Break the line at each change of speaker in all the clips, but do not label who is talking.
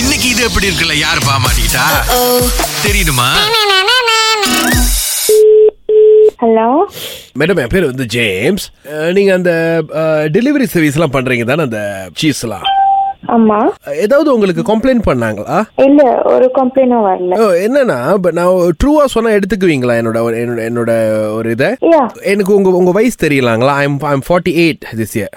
இன்னைக்கு இது எப்படி இருக்குல்ல யாரு பாமாட்டா தெரியுமா
ஹலோ
மேடம் என் பேர் வந்து ஜேம்ஸ் அஹ், நீங்க அந்த டெலிவரி சர்வீஸ்லாம் பண்றீங்க தானே அந்த சீஸ்லாம்
ஆமா
ஏதாவது உங்களுக்கு கம்ப்ளைண்ட் பண்ணாங்களா
இல்ல ஒரு கம்ப்ளைண்டும் வரல
ஓ, என்னன்னா இப்ப நான் ட்ரூவா சொன்னா எடுத்துக்குவீங்களா என்னோட ஒரு- என்னோட என்னோட ஒரு இதை
யா
எனக்கு உங்க உங்க வயசு தெரியலாங்களா I'm I'm forty eight this year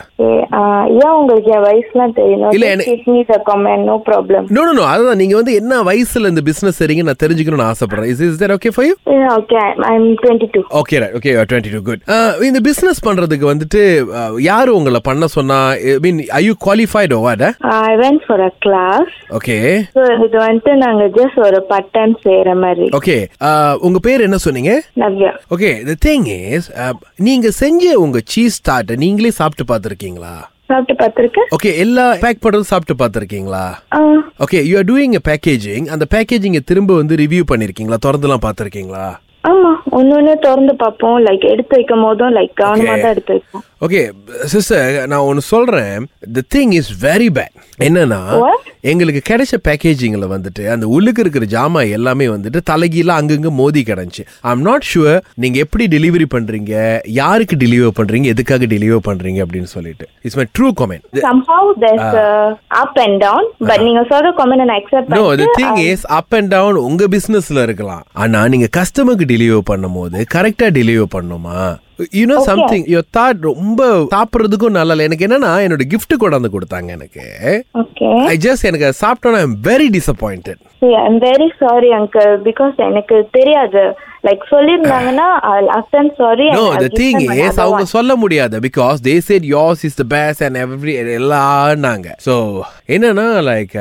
ஏன் உங்களுக்கு என் வயசுலாம்
இல்ல, எனக்கு-
தெரியணும் no problem
no no no அதான் நீங்க வந்து என்ன வயசுல இந்த பிசினஸ் சரிங்க நான் தெரிஞ்சுக்கணும்னு ஆசைப்படுறேன் is is that okay for you
okay I'm twenty two
okay right okay twenty two good இந்த பிசினஸ் பண்றதுக்கு வந்துட்டு uh, யாரு உங்களை பண்ண சொன்னா I mean I you qualified what
I went for a class
okay
so இது வந்துட்டு நாங்க ஜஸ்ட் ஒரு பார்ட் டைம் செய்யற மாதிரி
ஓகே Uh, உங்க பேர் என்ன சொன்னீங்க
Navya
okay the thing is uh, நீங்க செஞ்ச உங்க சீஸ் ஸ்டார்ட் நீங்களே சாப்பிட்டு பார்த்துருக்கீங்களா
சாப்பிட்டு பார்த்துருக்க
ஓகே எல்லா பேக் பண்றது சாப்பிட்டு பார்த்துருக்கீங்களா
ஆ
okay you are doing packaging அந்த பேக்கேஜிங்கை திரும்ப வந்து ரிவ்யூ பண்ணிருக்கீங்களா திறந்துலாம் பார்த்துருக்கீங்களா
ஆமா ஒன்னு ஒன்னு திறந்து பார்ப்போம் லைக் எடுத்து வைக்கும் போதும் லைக் கவனமா
Okay.
தான் எடுத்து வைப்போம்
ஓகே சிஸ்டர் நான் ஒன்று சொல்றேன் the thing is very bad என்னன்னா
What?
எங்களுக்கு கிடைச்ச பேக்கேஜிங்ல வந்துட்டு அந்த உள்ளுக்கு இருக்கிற ஜாமான் எல்லாமே வந்துட்டு தலைகீழ அங்கங்க மோதி கிடந்துச்சு ஐ எம் நாட் ஷுவர் நீங்க எப்படி டெலிவரி பண்றீங்க யாருக்கு டெலிவர் பண்றீங்க எதுக்காக டெலிவர் பண்றீங்க அப்படின்னு சொல்லிட்டு it's my true comment
somehow there's uh, up and down but நீங்க சொல்ற comment நான் accept
நோ தி
பண்ணிட்டு
thing is up and down உங்க பிசினஸ்ல இருக்கலாம் ஆனா நீங்க கஸ்டமருக்கு டெலிவர் பண்ணும்போது கரெக்டா டெலிவர் பண்ணுமா யூனோ சம்திங் யோர் தாட் ரொம்ப சாப்பிட்றதுக்கும் நல்லா இல்லை எனக்கு என்னன்னா என்னோட gift கொண்டாந்து கொடுத்தாங்க எனக்கு
ஓகே
ஐ ஜஸ்ட் எனக்கு அதை சாப்பிட்டோன்னா I'm very disappointed
I'm very sorry uncle because எனக்கு தெரியாது லைக் சொல்லியிருந்தாங்கன்னா அசன் sorry
no the thing is அவங்க சொல்ல முடியாது because they said yours is the best and every எல்லாம்னாங்க ஸோ என்னன்னா லைக்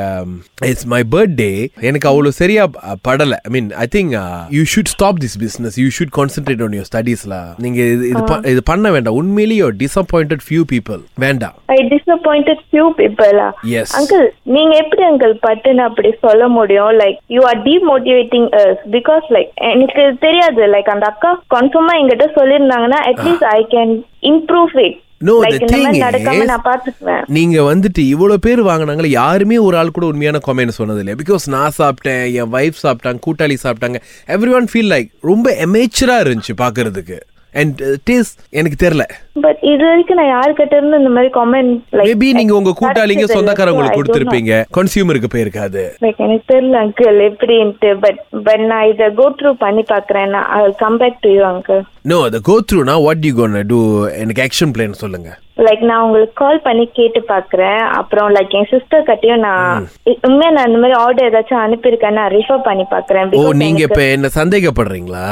இட்ஸ் மை பர்த்டே எனக்கு அவ்வளோ சரியா அஹ், படல I mean I think you should stop this business you should concentrate on your ஸ்டடீஸ்ல நீங்க இது இது ப- இது பண்ண வேண்டாம் உண்மையிலேயே யூ டிசப்பாயிண்டட் ஃபியூ பீப்புள் வேண்டாம்
ஐ டிசப்பாயிண்டட் ஃபியூ பீப்புளா
Yes.
அங்கிள் நீங்க எப்படி அங்கிள் பட்டுன்னு அப்படி சொல்ல முடியும் like you are demotivating us because like எனக்கு தெரியாது லைக் அந்த அக்கா கன்ஃபார்மா என்கிட்ட சொல்லியிருந்தாங்கன்னா at least I can improve it
Ah. No, the
like இந்த
thing
மாதிரி
is-
நடக்காம நான் பாத்துக்குவேன்
நீங்க வந்துட்டு இவ்வளவு பேர் வாங்கினாங்களே யாருமே ஒரு ஆள் கூட உண்மையான கொமெண்ட் சொன்னது இல்லையா பிகாஸ் நான் சாப்பிட்டேன் என் ஒய்ஃப் சாப்பிட்டாங்க கூட்டாளி சாப்பிட்டாங்க எவ்ரி ஒன் ஃபீல் லைக் ரொம்ப எமேச்சரா இருந்துச்சு பாக்குறதுக்கு அண்ட் டேஸ்ட் எனக்கு தெரியல
பட் இது வரைக்கும் நான் யாருக்கிட்ட இருந்து இந்த மாதிரி கமெண்ட்
மேபி நீங்க உங்க கூட்டாளிங்க சொந்தக்காரங்களுக்கு கொடுத்திருப்பீங்க கன்சியூமருக்கு போயிருக்காது
லைக் எனக்கு தெரியல அங்கிள் எப்படின்ட்டு பட் பட் நான் இதை கோ த்ரூ பண்ணி பாக்குறேன் நான் come back to you uncle
no the go த்ரூனா வாட் யூ கோன் டூ எனக்கு ஆக்ஷன் பிளான் சொல்லுங்க
லைக் நான் உங்களுக்கு கால் பண்ணி கேட்டு பாக்குறேன் அப்புறம் லைக் என் சிஸ்டர் கிட்டயும் நான் இ- உண்மையா நான் இந்த மாதிரி ஆர்டர் ஏதாச்சும் அனுப்பியிருக்கேன் நான் ரிஃபர் பண்ணி பாக்குறேன்
ஓ Oh, நீங்க இப்ப என்ன சந்தேகப்படுறீங்களா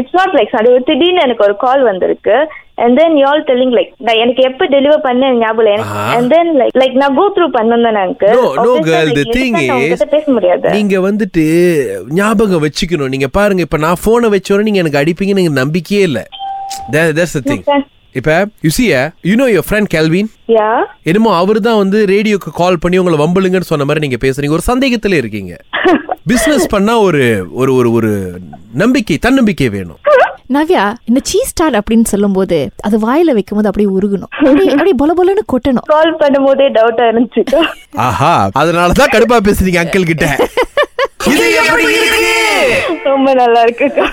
இட்ஸ் நாட் லைக் அது ஒரு திடீர்னு எனக்கு ஒரு கால் வந்திருக்கு and then y'all telling like நான் எனக்கு எப்ப டெலிவர் பண்ண ஞாபகம் இல்லை. எனக்கு
ஆஹா.
அண்ட் தென் லைக் லைக் நான் கோ த்ரூ பண்ணேன் எனக்கு
no no girl the thing is
பேச முடியாது
நீங்க வந்துட்டு ஞாபகம் வச்சுக்கணும் நீங்க பாருங்க இப்ப நான் போனை வச்சோட நீங்க எனக்கு அடிப்பீங்க நீங்க நம்பிக்கையே இல்ல That- that's the thing
Okay.
இப்ப you see eh, you know your friend Kelvin
yeah
என்னமோ அவர் தான் வந்து ரேடியோக்கு கால் பண்ணி உங்களை வம்பளுங்கன்னு சொன்ன மாதிரி நீங்க பேசுறீங்க ஒரு சந்தேகத்துல இருக்கீங்க பிசினஸ் பண்ணா ஒரு ஒரு ஒரு ஒரு நம்பிக்கை தன்னம்பிக்கை வேணும்
நவ்யா இந்த சீஸ் ஸ்டார் அப்படின்னு சொல்லும்போது அது வாயில வைக்கும்போது அப்படியே உருகணும் அப்படியே அப்படியே பொல பொலன்னு கொட்டணும்
கால் பண்ணும் போதே டவுட்டா இருந்துச்சு
ஆஹா அதனாலதான் கடுப்பா பேசுறீங்க அங்கிள் கிட்ட இது எப்படி இருக்கு
ரொம்ப நல்லா இருக்குக்கா